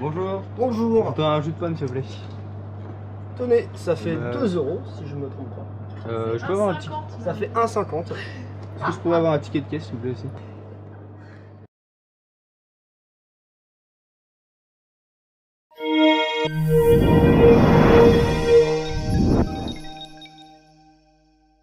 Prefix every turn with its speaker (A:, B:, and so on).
A: Bonjour.
B: Bonjour.
A: T'as un jus de pomme, s'il vous plaît.
B: Tenez, ça fait
A: Euh.
B: 2 euros si je me trompe pas.
A: Euh, je peux avoir un ticket.
C: 1,50,
B: Ça
C: mais-
B: fait 1,50.
A: Est-ce que je pourrais avoir un ticket de caisse, s'il vous plaît aussi